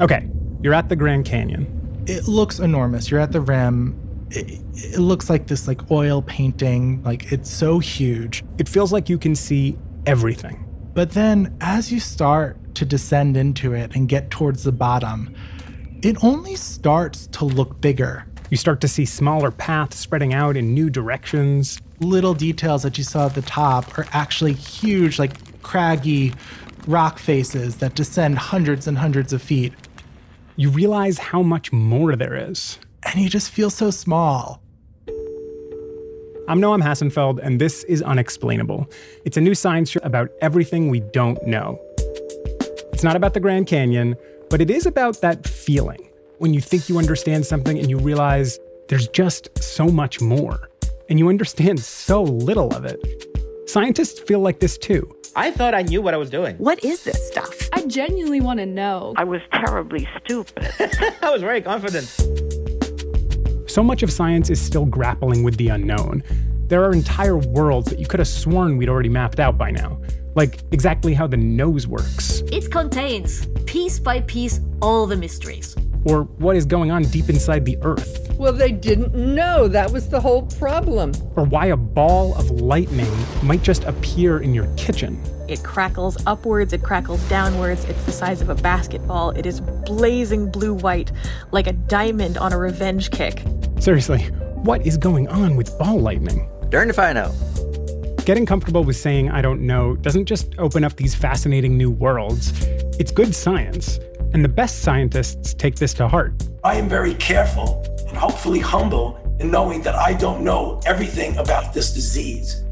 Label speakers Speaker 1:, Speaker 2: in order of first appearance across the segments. Speaker 1: Okay, you're at the Grand Canyon.
Speaker 2: It looks enormous. You're at the rim. It, it looks like this like oil painting. Like it's so huge.
Speaker 1: It feels like you can see everything.
Speaker 2: But then as you start to descend into it and get towards the bottom, it only starts to look bigger.
Speaker 1: You start to see smaller paths spreading out in new directions.
Speaker 2: Little details that you saw at the top are actually huge, like craggy rock faces that descend hundreds and hundreds of feet.
Speaker 1: You realize how much more there is.
Speaker 2: And you just feel so small.
Speaker 1: I'm Noam Hassenfeld, and this is Unexplainable. It's a new science show about everything we don't know. It's not about the Grand Canyon, but it is about that feeling when you think you understand something and you realize there's just so much more, and you understand so little of it. Scientists feel like this too.
Speaker 3: I thought I knew what I was doing.
Speaker 4: What is this stuff?
Speaker 5: I genuinely want to know.
Speaker 6: I was terribly stupid.
Speaker 3: I was very confident.
Speaker 1: So much of science is still grappling with the unknown. There are entire worlds that you could have sworn we'd already mapped out by now, like exactly how the nose works,
Speaker 7: It contains, piece by piece, all the mysteries.
Speaker 1: or what is going on deep inside the earth,
Speaker 8: Well, they didn't know. That was the whole problem.
Speaker 1: or why a ball of lightning might just appear in your kitchen.
Speaker 9: It crackles upwards, it crackles downwards, it's the size of a basketball, it is blazing blue white, like a diamond on a revenge kick.
Speaker 1: Seriously, what is going on with ball lightning?
Speaker 3: Darn if I know.
Speaker 1: Getting comfortable with saying I don't know doesn't just open up these fascinating new worlds, it's good science. And the best scientists take this to heart.
Speaker 10: I am very careful and hopefully humble in knowing that I don't know everything about this disease.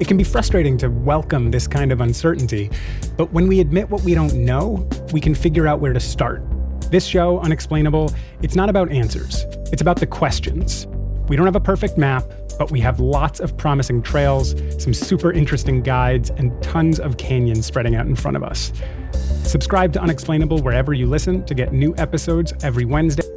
Speaker 1: It can be frustrating to welcome this kind of uncertainty, but when we admit what we don't know, we can figure out where to start. This show, Unexplainable, it's not about answers, it's about the questions. We don't have a perfect map, but we have lots of promising trails, some super interesting guides, and tons of canyons spreading out in front of us. Subscribe to Unexplainable wherever you listen to get new episodes every Wednesday.